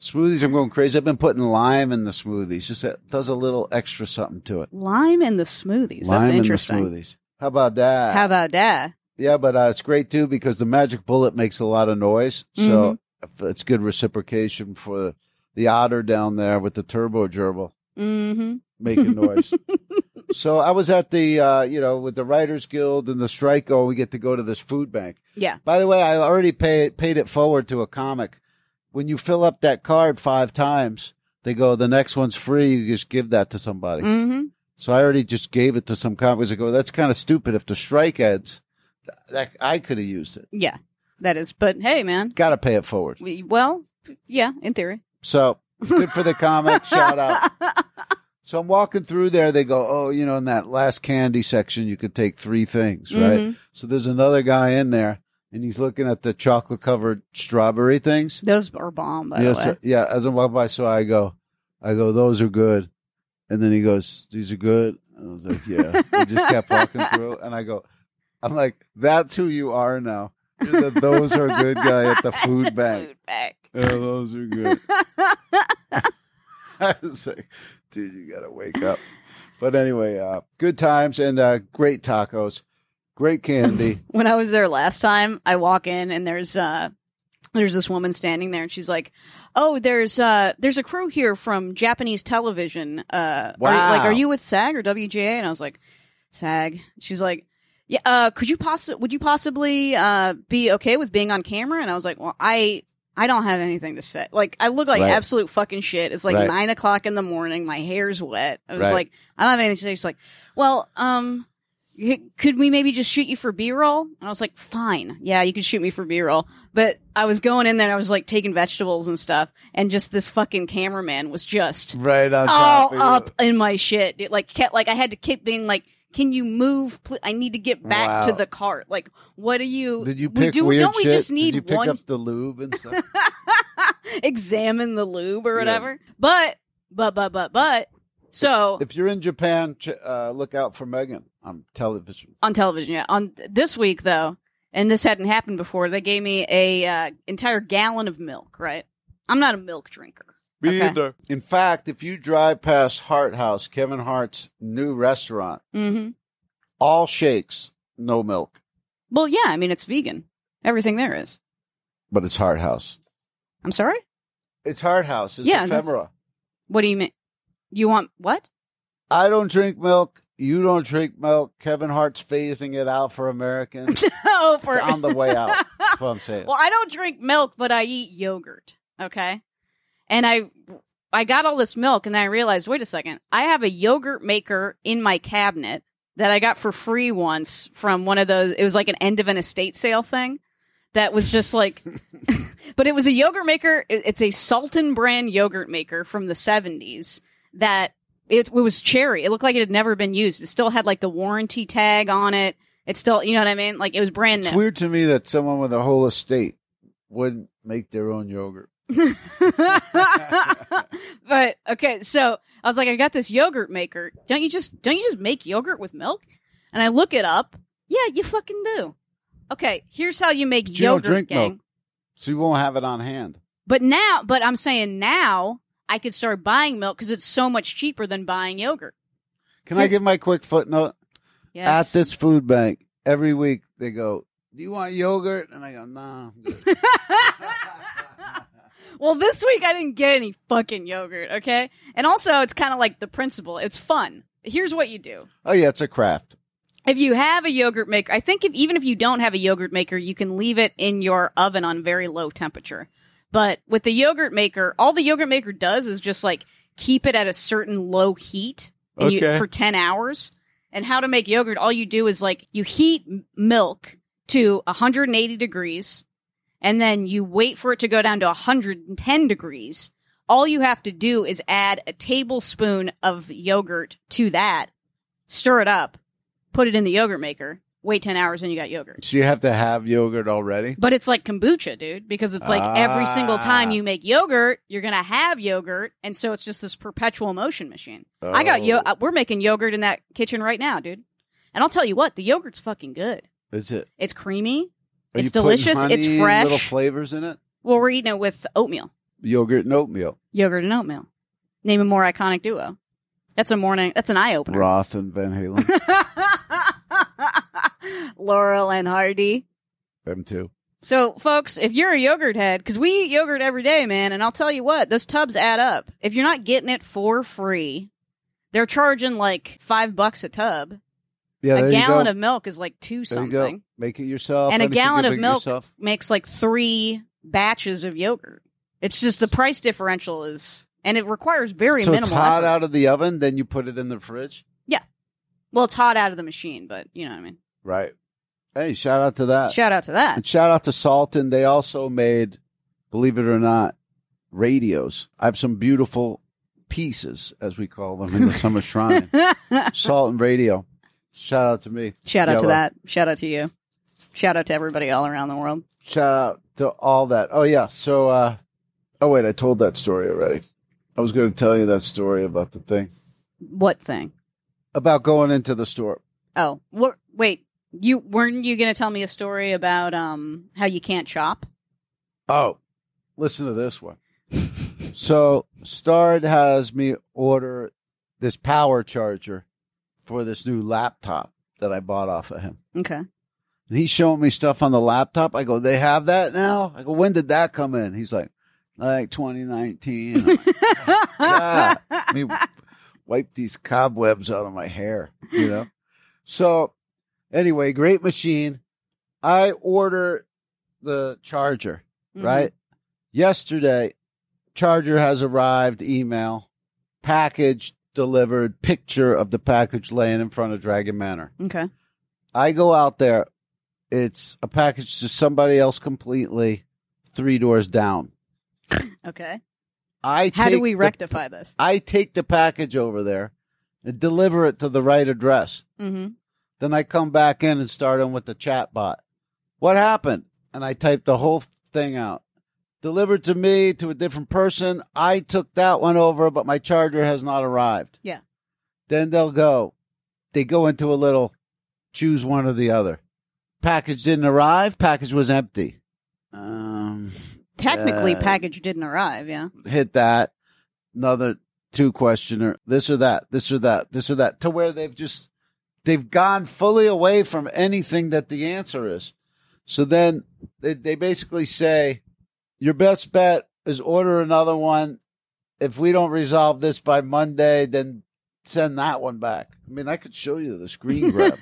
S1: Smoothies, I'm going crazy. I've been putting lime in the smoothies. Just that does a little extra something to it.
S2: Lime in the smoothies.
S1: lime
S2: That's interesting.
S1: in the smoothies. How about that?
S2: How about that?
S1: yeah, but uh, it's great too because the magic bullet makes a lot of noise. So
S2: Mm-hmm.
S1: if it's good reciprocation for the otter down there with the turbo gerbil
S2: Mm-hmm.
S1: making noise. so I was at the, uh, you know, with the Writers Guild and the strike. Oh, we get to go to this food bank.
S2: Yeah.
S1: By the way, I already paid paid it forward to a comic. When you fill up that card five times, they go, the next one's free. You just give that to somebody.
S2: Mm-hmm.
S1: So I already just gave it to some comics. I go, that's kind of stupid. If the strike ends, th- that I could have used it.
S2: Yeah. That is. But hey, man.
S1: Got to pay it forward.
S2: We, well, yeah, in theory. Mm-hmm.
S1: So good for the comic. Shout out. So I'm walking through there. They go, oh, you know, in that last candy section, you could take three things, right?
S2: Mhm.
S1: So there's another guy in there, and he's looking at the chocolate covered strawberry things.
S2: Those are bomb, by
S1: Yes,
S2: the way.
S1: sir. yeah. As I'm walking by, so I go, I go, those are good, and then he goes, these are good. And I was like, yeah. I just kept walking through, and I go, I'm like, that's who you are now. You're the those are good guy at the food bank. Yeah, those are good. I was like, dude, you gotta wake up. But anyway, uh, good times and uh, great tacos, great candy.
S2: when I was there last time, I walk in and there's uh there's this woman standing there and she's like, "Oh, there's uh there's a crew here from Japanese television. Uh are, like
S1: Wow.
S2: are you with SAG or WGA?" And I was like, "SAG." She's like, "Yeah, uh could you possibly would you possibly uh be okay with being on camera?" And I was like, "Well, I I don't have anything to say. Like, I look like
S1: Right.
S2: absolute fucking shit. It's like
S1: Right.
S2: nine o'clock in the morning. My hair's wet. I was
S1: Right.
S2: like, I don't have anything to say. She's like, well, um, y- could we maybe just shoot you for B roll? And I was like, fine. Yeah, you can shoot me for B roll. But I was going in there and I was like taking vegetables and stuff. And just this fucking cameraman was just
S1: right on top.
S2: all
S1: of you.
S2: up in my shit. It, like, kept, like I had to keep being like, can you move? Pl- I need to get back
S1: Wow.
S2: to the cart. Like, what are you?
S1: Did you
S2: we
S1: pick
S2: do-
S1: weird
S2: Don't we
S1: shit?
S2: just need
S1: Did you pick
S2: one?
S1: up the lube and stuff?
S2: examine the lube or
S1: Yeah.
S2: whatever. But but but but but so
S1: if you're in Japan, ch- uh, look out for Megan on television.
S2: on television, yeah. On this week though, and this hadn't happened before. They gave me a uh, entire gallon of milk. Right, I'm not a milk drinker. Me Okay.
S1: either. In fact, if you drive past Hart House, Kevin Hart's new restaurant,
S2: Mm-hmm.
S1: all shakes, no milk,
S2: Well, yeah. I mean, it's vegan. Everything there is.
S1: but it's Hart House.
S2: I'm sorry.
S1: It's Hart House. It's
S2: Yeah, that's-
S1: ephemera.
S2: What do you mean? You want what?
S1: I don't drink milk. You don't drink milk. Kevin Hart's phasing it out for Americans.
S2: oh, for
S1: it's on the way out. That's what I'm saying.
S2: Well, I don't drink milk, but I eat yogurt. Okay. And I I got all this milk and then I realized, wait a second, I have a yogurt maker in my cabinet that I got for free once from one of those it was like an end of an estate sale thing that was just like but it was a yogurt maker it- it's a Sultan brand yogurt maker from the 70s that it, it was cherry. It looked like it had never been used. It still had like the warranty tag on it. It still, you know what I mean? Like it was brand
S1: it's
S2: new.
S1: weird to me that someone with a whole estate wouldn't make their own yogurt.
S2: but okay, so I was like, I got this yogurt maker. Don't you just don't you just make yogurt with milk? And I look it up. Yeah, you fucking do. Okay, here's how you make
S1: But you don't
S2: yogurt.
S1: drink
S2: gang.
S1: milk. So you won't have it on hand.
S2: But now, but I'm saying now I could start buying milk because it's so much cheaper than buying yogurt.
S1: Can I give my quick footnote?
S2: Yes.
S1: At this food bank, every week they go, Do you want yogurt? And I go, Nah. I'm good."
S2: well, this week I didn't get any fucking yogurt. Okay, and also it's kind of like the principle. It's fun. Here's what you do.
S1: oh, yeah, it's a craft.
S2: If you have a yogurt maker, I think if even if you don't have a yogurt maker, you can leave it in your oven on very low temperature. But with the yogurt maker, all the yogurt maker does is just like keep it at a certain low heat and you,
S1: Okay.
S2: for 10 hours. And how to make yogurt, all you do is like you heat m- milk to 180 degrees and then you wait for it to go down to 110 degrees. All you have to do is add a tablespoon of yogurt to that, stir it up, put it in the yogurt maker, wait 10 hours, and you got yogurt.
S1: So you have to have yogurt already?
S2: But it's like kombucha, dude, because it's like every single time
S1: Ah.
S2: you make yogurt, you're going to have yogurt. And so it's just this perpetual motion machine. I got yo,
S1: Oh,
S2: uh, we're making yogurt in that kitchen right now, dude. And I'll tell you what, the yogurt's fucking good.
S1: Is it?
S2: It's creamy.
S1: Are
S2: It's
S1: you putting
S2: delicious. It's
S1: honey,
S2: fresh.
S1: Little flavors in it.
S2: Well, we're eating it with oatmeal,
S1: Yogurt and oatmeal.
S2: yogurt and oatmeal. Name a more iconic duo. That's a morning. That's an eye opener.
S1: Roth and Van Halen.
S2: Laurel and Hardy.
S1: Them too.
S2: So, folks, if you're a yogurt head, because we eat yogurt every day, man, and I'll tell you what, those tubs add up. If you're not getting it for free, they're charging like five bucks a tub.
S1: Yeah, there
S2: a
S1: you
S2: gallon
S1: go.
S2: of milk is like two
S1: There you
S2: something.
S1: go. Make it yourself.
S2: And a
S1: if you can
S2: gallon of
S1: make it
S2: milk.
S1: yourself-
S2: Makes like three batches of yogurt. It's just the price differential is, and it requires very
S1: so
S2: minimal.
S1: it's hot
S2: effort.
S1: out of the oven, then you put it in the fridge.
S2: well, it's hot out of the machine, but you know what I mean.
S1: Right. Hey, shout out to that.
S2: Shout out to
S1: And
S2: that.
S1: shout out to Salton. They also made, believe it or not, radios. I have some beautiful pieces, as we call them in the summer shrine. Salton radio. Shout out to me.
S2: Shout out
S1: Yeah,
S2: to
S1: well.
S2: that. Shout out to you. Shout out to everybody all around the world.
S1: Shout out to all that. Oh yeah. So uh oh wait, I told that story already. I was gonna tell you that story about the thing.
S2: What thing?
S1: About going into the store.
S2: Oh, what? Wait, you weren't you going to tell me a story about um how you can't shop?
S1: Oh, listen to this one. so Stard has me order this power charger for this new laptop that I bought off of him.
S2: Okay.
S1: And he's showing me stuff on the laptop. I go, they have that now? I go, when did that come in? He's like, like 2019. I'm like, God. Let me wipe these cobwebs out of my hair, you know? So, anyway, great machine. I order the charger,
S2: Mhm.
S1: right? Yesterday, charger has arrived, email, package delivered, picture of the package laying in front of Dragon Manor.
S2: Okay.
S1: I go out there, it's a package to somebody else completely, three doors down.
S2: Okay.
S1: I
S2: How do
S1: take
S2: we
S1: the-
S2: rectify this?
S1: I take the package over there and deliver it to the right address.
S2: Mm-hmm.
S1: Then I come back in and start on with the chat bot. What happened? And I type the whole thing out. Delivered to me to a different person. I took that one over, but my charger has not arrived.
S2: Yeah.
S1: Then they'll go. They go into a little choose one or the other. Package didn't arrive. Package was empty. Um,
S2: Technically,
S1: Uh,
S2: package didn't arrive. Yeah.
S1: hit that. Another two questioner, this or that, this or that, this or that, to where they've just they've gone fully away from anything that the answer is. So then they, they basically say your best bet is order another one. If we don't resolve this by Monday, then send that one back. I mean, I could show you the screen grab.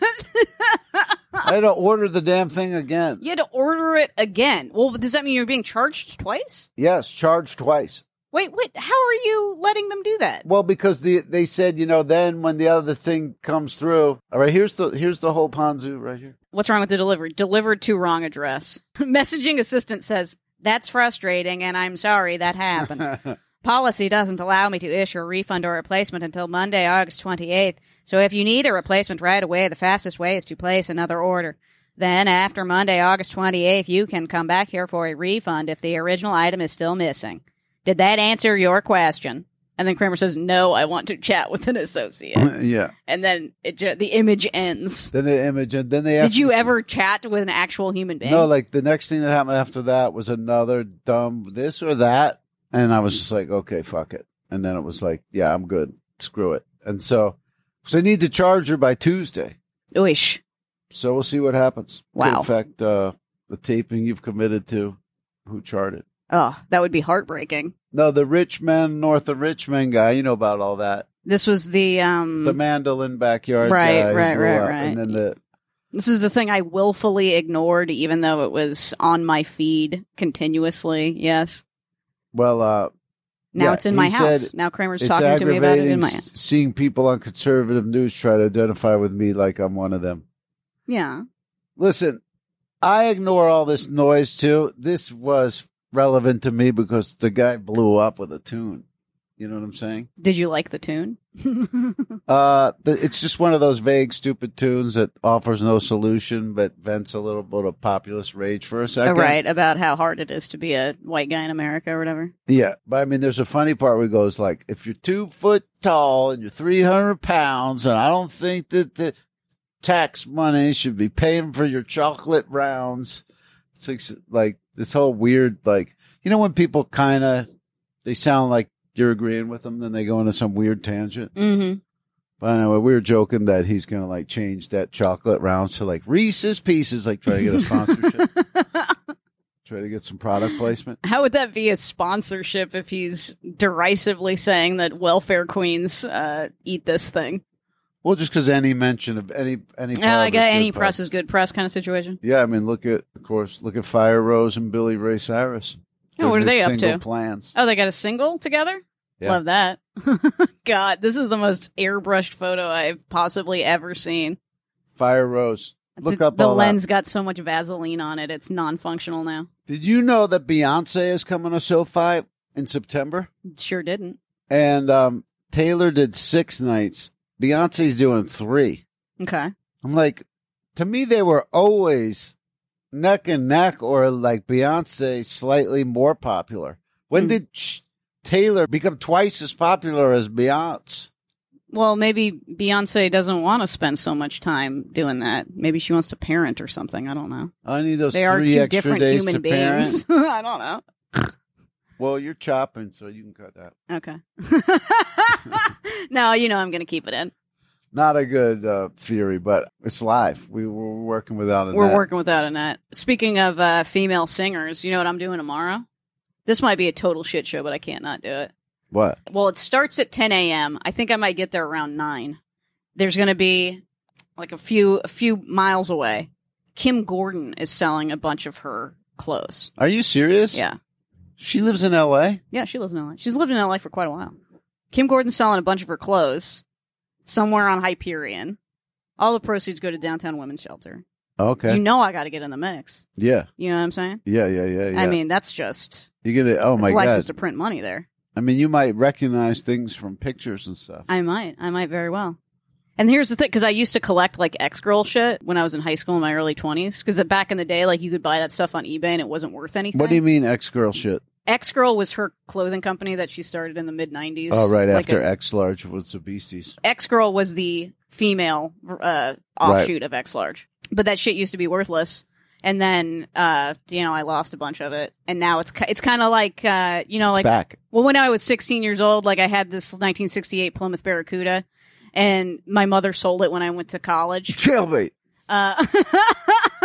S1: I had to order the damn thing again.
S2: You had to order it again. Well, does that mean you're being charged twice?
S1: Yes, charge twice.
S2: Wait, wait. How are you letting them do that?
S1: Well, because the they said, you know, then when the other thing comes through, all right, here's the here's the whole Ponzu right here.
S2: What's wrong with the delivery? Delivered to wrong address. Messaging assistant says, That's frustrating, and I'm sorry that happened. Policy doesn't allow me to issue a refund or replacement until Monday, August 28th. So if you need a replacement right away, the fastest way is to place another order. Then, after Monday, August 28th, you can come back here for a refund if the original item is still missing. Did that answer your question? And then Kramer says, No, I want to chat with an associate.
S1: yeah.
S2: and then it ju- the image ends.
S1: Then the image, and then they asked
S2: Did you
S1: me-
S2: ever chat with an actual human being?
S1: No, like the next thing that happened after that was another dumb this or that, and I was just like, okay, fuck it. And then it was like, yeah, I'm good, screw it. And so, so I need the charger by Tuesday.
S2: Oish.
S1: So we'll see what happens.
S2: Wow.
S1: In fact, uh, the taping you've committed to, who charted?
S2: Oh, that would be heartbreaking.
S1: No, the rich man north of Richmond guy. You know about all that.
S2: This was the um
S1: the mandolin backyard
S2: Right,
S1: guy
S2: right,
S1: blew
S2: right,
S1: up,
S2: right.
S1: and then the
S2: this is the thing I willfully ignored even though it was on my feed continuously. Yes.
S1: well uh
S2: Now
S1: Yeah,
S2: it's in my
S1: he
S2: house.
S1: said
S2: Now Kramer's
S1: it's
S2: talking to me
S1: aggravating
S2: about it in my
S1: s- seeing people on conservative news try to identify with me like i'm one of them
S2: Yeah.
S1: listen i ignore all this noise too this was relevant to me because the guy blew up with a tune you know what i'm saying
S2: Did you like the tune?
S1: uh the, it's just one of those vague stupid tunes that offers no solution but vents a little bit of populist rage for a second
S2: Right, about how hard it is to be a white guy in America or whatever.
S1: Yeah, but I mean, there's a funny part where he goes like, "If you're two foot tall and you're three hundred pounds, and I don't think that the tax money should be paying for your chocolate rounds." It's like, like this whole weird, like you know, when people kind of they sound like you're agreeing with them, then they go into some weird tangent.
S2: Mm-hmm.
S1: But anyway, we were joking that he's gonna like change that chocolate round to like Reese's Pieces, like try to get a sponsorship, try to get some product placement.
S2: How would that be a sponsorship if he's derisively saying that welfare queens uh, eat this thing?
S1: Well, just because any mention of any any product
S2: Oh, I got
S1: is good
S2: any
S1: product.
S2: press is good press kind of situation.
S1: Yeah, I mean, look at of course, look at Fire Rose and Billy Ray Cyrus.
S2: Yeah, what
S1: Their
S2: are
S1: new
S2: they up
S1: single
S2: to?
S1: Plans.
S2: Oh, they got a single together?
S1: Yeah.
S2: Love that. God, this is the most airbrushed photo I've possibly ever seen.
S1: Fire Rose. Look
S2: the,
S1: up
S2: the
S1: all that.
S2: lens got so much Vaseline on it, it's non functional now.
S1: Did you know that Beyonce is coming to SoFi in September?
S2: Sure didn't.
S1: And um, Taylor did six nights. Beyonce's doing three.
S2: Okay.
S1: I'm like, to me, they were always neck and neck, or like Beyonce slightly more popular. When
S2: Hmm.
S1: did sh- Taylor become twice as popular as Beyonce?
S2: Well, maybe Beyonce doesn't want to spend so much time doing that. Maybe she wants to parent or something. I don't know.
S1: I need those
S2: They are
S1: three
S2: two
S1: extra
S2: different
S1: days to
S2: human
S1: parent.
S2: beings. I don't know.
S1: Well, you're chopping, so you can cut that.
S2: Okay. no, you know I'm going to keep it in.
S1: Not a good uh, theory, but it's live. We were working without a
S2: We're
S1: net.
S2: working without a net. Speaking of uh, female singers, you know what I'm doing tomorrow? This might be a total shit show, but I can't not do it.
S1: What?
S2: Well, it starts at 10 a.m. I think I might get there around nine. There's going to be like a few a few miles away. Kim Gordon is selling a bunch of her clothes.
S1: Are you serious?
S2: Yeah,
S1: She lives in L.A.
S2: yeah, she lives in LA. She's lived in LA for quite a while. Kim Gordon's selling a bunch of her clothes somewhere on Hyperion. All the proceeds go to downtown women's shelter.
S1: Okay.
S2: You know I got to get in the mix.
S1: yeah.
S2: You know what I'm saying?
S1: Yeah. Yeah. Yeah. Yeah.
S2: I mean, that's just
S1: you're gonna. Oh
S2: it's
S1: my god.
S2: license to print money there.
S1: I mean, you might recognize things from pictures and stuff.
S2: I might. I might very well. And here's the thing, because I used to collect like X girl shit when I was in high school in my early 20s. Because back in the day, like you could buy that stuff on eBay and it wasn't worth anything.
S1: what do you mean, ex girl shit?
S2: X girl was her clothing company that she started in the mid 90s.
S1: Oh, right
S2: Like
S1: after
S2: a-
S1: X large was the beasties.
S2: X Girl was the female uh, offshoot of X Large, but that shit used to be worthless. And then, uh, you know, I lost a bunch of it, and now it's ki- it's kind of like uh, you know, like
S1: Back.
S2: well, when I was 16 years old, like I had this 1968 Plymouth Barracuda, and my mother sold it when I went to college.
S1: Jailbait.
S2: Uh,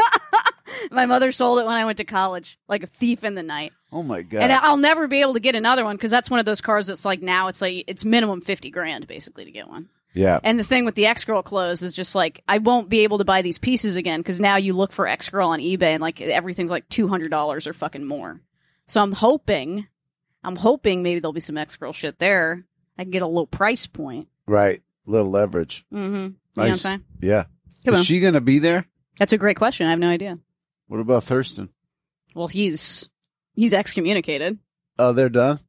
S2: my mother sold it when I went to college, like a thief in the night.
S1: Oh my god.
S2: And I'll never be able to get another one because that's one of those cars that's like now it's like it's minimum 50 grand basically to get one.
S1: yeah.
S2: And the thing with the X Girl clothes is just like I won't be able to buy these pieces again because now you look for X Girl on eBay and like everything's like two hundred dollars or fucking more. So I'm hoping, I'm hoping maybe there'll be some X Girl shit there. I can get a low price point.
S1: Right. Little leverage.
S2: Mm-hmm. You know what I'm
S1: Nice.
S2: saying?
S1: Yeah.
S2: Come
S1: Is
S2: on.
S1: she gonna be there?
S2: That's a great question. I have no idea.
S1: What about Thurston?
S2: Well, he's he's excommunicated.
S1: Oh, they're done.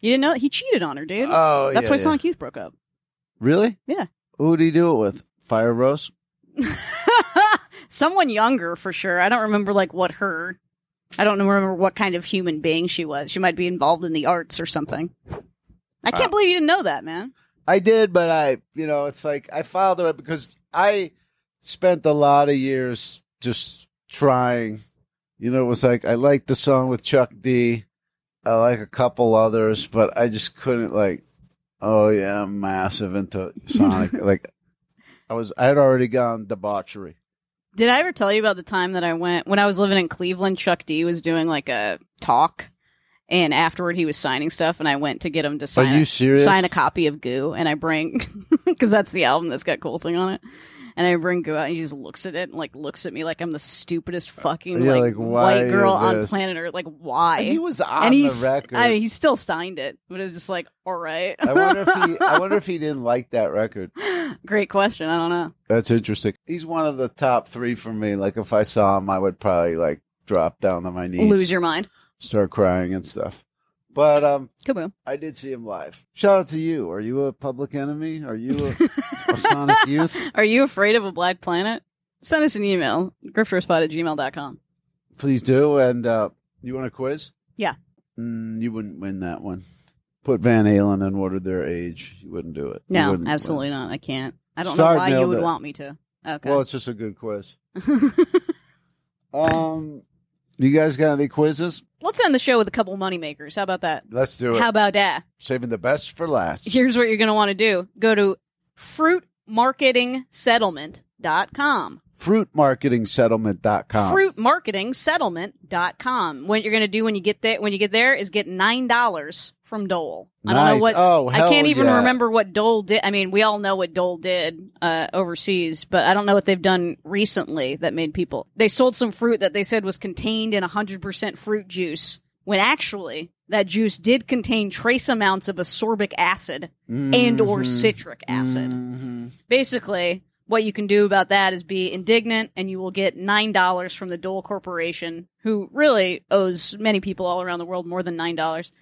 S2: You didn't know he cheated on her, dude.
S1: Oh,
S2: That's
S1: yeah,
S2: why
S1: yeah.
S2: Sonic Youth broke up.
S1: Really?
S2: Yeah.
S1: Who did he do it with? Fire Rose.
S2: Someone younger for sure. I don't remember like what her. I don't remember what kind of human being she was. She might be involved in the arts or something. I can't
S1: Wow.
S2: believe you didn't know that, man.
S1: I did, but I, you know, it's like I filed it because I spent a lot of years just trying. You know, it was like I liked the song with Chuck D. I like a couple others, but I just couldn't like. Oh yeah, I'm massive into Sonic. like I was, I had already gone debauchery.
S2: Did I ever tell you about the time that I went when I was living in Cleveland? Chuck D was doing like a talk, and afterward he was signing stuff, and I went to get him to sign.
S1: Are you
S2: a-
S1: serious?
S2: sign a copy of Goo, and I bring because that's the album that's got Cool Thing on it. And I bring Goo out, and he just looks at it and like looks at me like I'm the stupidest fucking
S1: Yeah,
S2: like,
S1: like, why
S2: white girl
S1: is
S2: on
S1: this?
S2: planet Earth. Like
S1: He
S2: why?
S1: was on
S2: and
S1: the
S2: he's
S1: record.
S2: I mean, he still signed it, but it was just like all right.
S1: I wonder if he, I wonder if he didn't like that record.
S2: Great question. I don't know.
S1: That's interesting. He's one of the top three for me. Like if I saw him, I would probably like drop down on my knees,
S2: Lose your mind.
S1: start crying and stuff. But um,
S2: Kaboom.
S1: I did see him live. Shout out to you. Are you a Public Enemy? Are you a, a Sonic Youth?
S2: Are you afraid of a black planet? Send us an email, grifterspot at gmail.com.
S1: Please do. And uh, you want a quiz?
S2: Yeah.
S1: Mm, you wouldn't win that one. Put Van Halen in order their age. You wouldn't do it. You
S2: No,
S1: wouldn't win.
S2: absolutely not. I can't. I don't
S1: Start
S2: know why you
S1: nailed
S2: would
S1: it.
S2: want me to. Okay.
S1: Well, it's just a good quiz. Um, you guys got any quizzes?
S2: Let's end the show with a couple moneymakers. How about that?
S1: Let's do it.
S2: How about that?
S1: Saving the best for last.
S2: Here's what you're going to want to do go to fruit fruitmarketingsettlement.com.
S1: Fruitmarketingsettlement.com.
S2: Fruitmarketingsettlement.com. What you're going to do when you get there when you get there is get $9 from Dole. I don't know
S1: Nice.
S2: what
S1: Oh,
S2: I
S1: hell
S2: can't even
S1: yeah.
S2: remember what Dole did. I mean, we all know what Dole did uh, overseas, but I don't know what they've done recently that made people. They sold some fruit that they said was contained in 100% fruit juice, when actually that juice did contain trace amounts of ascorbic acid and or
S1: Mhm.
S2: citric acid.
S1: Mhm.
S2: Basically, what you can do about that is be indignant and you will get $9 from the Dole Corporation, who really owes many people all around the world more than $9.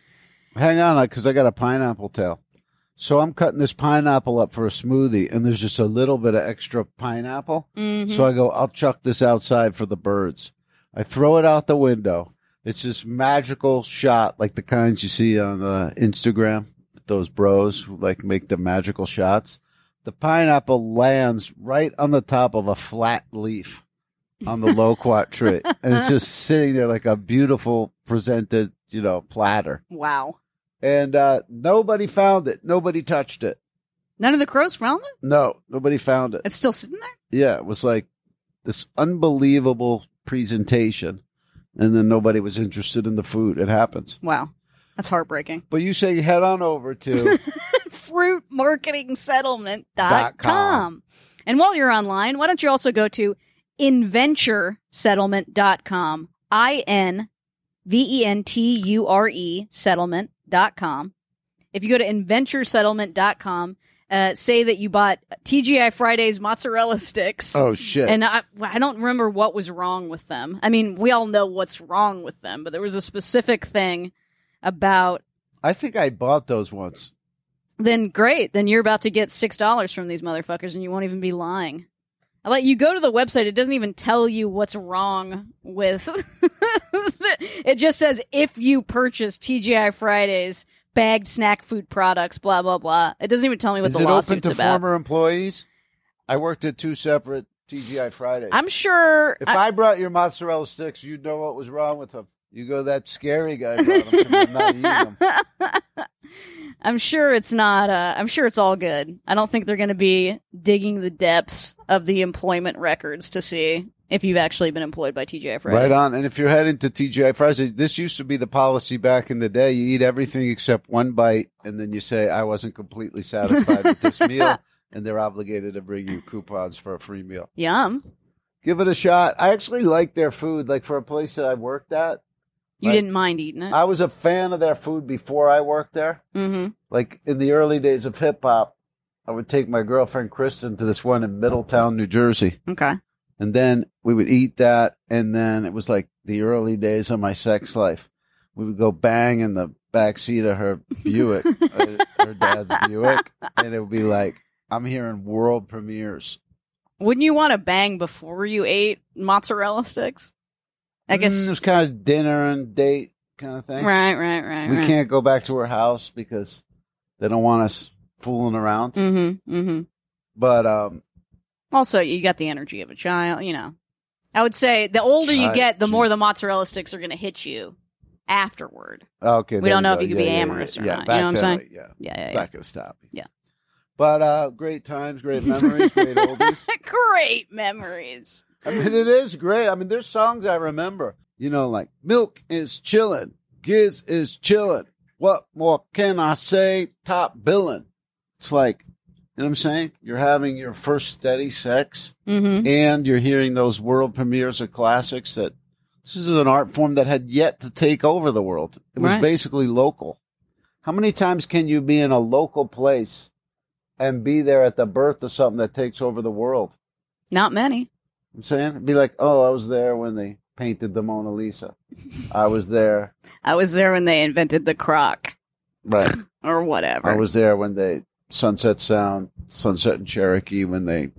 S1: Hang on, because I got a pineapple tail. So I'm cutting this pineapple up for a smoothie, and there's just a little bit of extra pineapple.
S2: Mhm.
S1: So I go, I'll chuck this outside for the birds. I throw it out the window. It's this magical shot, like the kinds you see on uh, Instagram. Those bros who like make the magical shots. The pineapple lands right on the top of a flat leaf on the loquat tree, and it's just sitting there like a beautiful presented, you know, platter.
S2: wow.
S1: And uh, nobody found it. Nobody touched it.
S2: None of the crows found it.
S1: No, nobody found it.
S2: It's still sitting there.
S1: yeah, it was like this unbelievable presentation, and then nobody was interested in the food. It happens.
S2: Wow, that's heartbreaking.
S1: But you say head on over to
S2: Fruitmarketingsettlement.com. And while you're online, why don't you also go to inventuresettlement.com? I N V E N T U R E settlement.com. If you go to inventuresettlement.com, uh, say that you bought TGI Friday's mozzarella sticks.
S1: oh shit,
S2: And I, I don't remember what was wrong with them. I mean, we all know what's wrong with them, but there was a specific thing about
S1: I think I bought those once.
S2: then great, then you're about to get $6 from these motherfuckers and you won't even be lying. I let you go to the website, it doesn't even tell you what's wrong with it just says if you purchase TGI Fridays bagged snack food products, blah blah blah. It doesn't even tell me what
S1: Is
S2: the
S1: it open
S2: lawsuit's
S1: to
S2: about.
S1: former employees? I worked at two separate TGI Fridays.
S2: I'm sure
S1: if
S2: I-
S1: I, brought your mozzarella sticks, you'd know what was wrong with them. You go, that scary guy brought them. I'm not eating them.
S2: I'm sure it's not. Uh, I'm sure it's all good. I don't think they're going to be digging the depths of the employment records to see if you've actually been employed by TGI Fridays.
S1: Right on. And if you're heading to TGI Fridays, this used to be the policy back in the day. You eat everything except one bite, and then you say, I wasn't completely satisfied with this meal, and they're obligated to bring you coupons for a free meal.
S2: Yum.
S1: Give it a shot. I actually like their food. Like for a place that I worked at,
S2: You
S1: Right.
S2: didn't mind eating it.
S1: I was a fan of their food before I worked there.
S2: mm-hmm.
S1: Like in the early days of hip hop, I would take my girlfriend Kristen to this one in Middletown, New Jersey.
S2: Okay.
S1: And then we would eat that. And then it was like the early days of my sex life. We would go bang in the back seat of her Buick, uh, her dad's Buick. And it would be like, I'm hearing world premieres.
S2: Wouldn't you want to bang before you ate mozzarella sticks? I guess.
S1: Mm, it was kind of dinner and date kind of thing.
S2: right. Right. Right.
S1: we
S2: right.
S1: can't go back to her house because they don't want us fooling around.
S2: Mm-hmm. Mm-hmm.
S1: But um,
S2: Also, you got the energy of a child, you know. I would say the older you
S1: Child,
S2: get, the
S1: jeez.
S2: more the mozzarella sticks are going to hit you afterward.
S1: okay.
S2: We
S1: there
S2: don't know
S1: go.
S2: if you could
S1: Yeah,
S2: be
S1: yeah,
S2: amorous
S1: yeah,
S2: or
S1: yeah,
S2: not, you
S1: back
S2: know what I'm
S1: then,
S2: saying?
S1: Yeah.
S2: Yeah,
S1: It's
S2: yeah.
S1: not going to stop me.
S2: Yeah.
S1: But uh, great times, great memories, great oldies.
S2: yeah. Great memories.
S1: I mean, it is great. I mean, there's songs I remember. You know, like Milk is chillin', Giz is chillin'. What more can I say? Top billin'. It's like, you know what I'm saying? You're having your first steady sex
S2: Mm-hmm.
S1: and you're hearing those world premieres of classics that this is an art form that had yet to take over the world. It was
S2: Right.
S1: basically local. How many times can you be in a local place and be there at the birth of something that takes over the world?
S2: Not many.
S1: I'm saying? It'd be like, oh, I was there when they painted the Mona Lisa. I was there.
S2: I was there when they invented the crock
S1: Right.
S2: or whatever.
S1: I was there when they Sunset Sound, Sunset and Cherokee, when they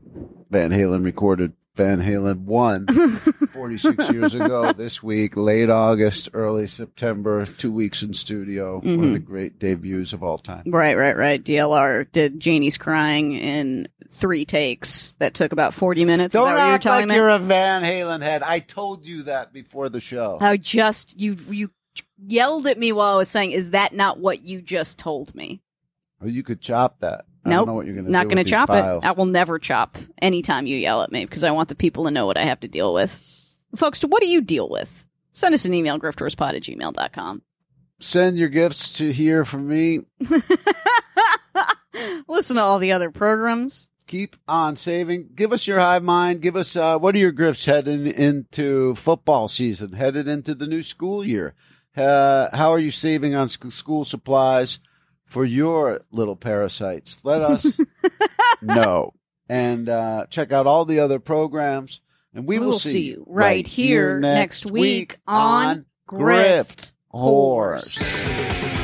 S1: Van Halen recorded Van Halen 1 46 years ago this week, late August, early September, two weeks in studio, one
S2: Mm-hmm.
S1: of the great debuts of all time.
S2: right, right, right. DLR did Janie's Crying in three takes that took about 40 minutes. Is
S1: Don't
S2: that what you're
S1: act
S2: telling
S1: like
S2: me?
S1: you're a Van Halen head. I told you that before the show.
S2: I just, you, you yelled at me while I was saying, is that not what you just told me?
S1: Or you could chop that. I don't
S2: Nope.
S1: know what you're gonna
S2: Not
S1: do
S2: going to
S1: with these
S2: chop
S1: files.
S2: it. I will never chop anytime you yell at me because I want the people to know what I have to deal with. Folks, what do you deal with? Send us an email, grifterspot at gmail.com.
S1: Send your gifts to hear from me.
S2: Listen to all the other programs.
S1: Keep on saving. Give us your hive mind. Give us uh, what are your grifts heading into football season, headed into the new school year. Uh, how are you saving on sc- school supplies for your little parasites? Let us know and uh, check out all the other programs. And we,
S2: We will see you right here next week on Grift
S1: Horse.
S2: Horse.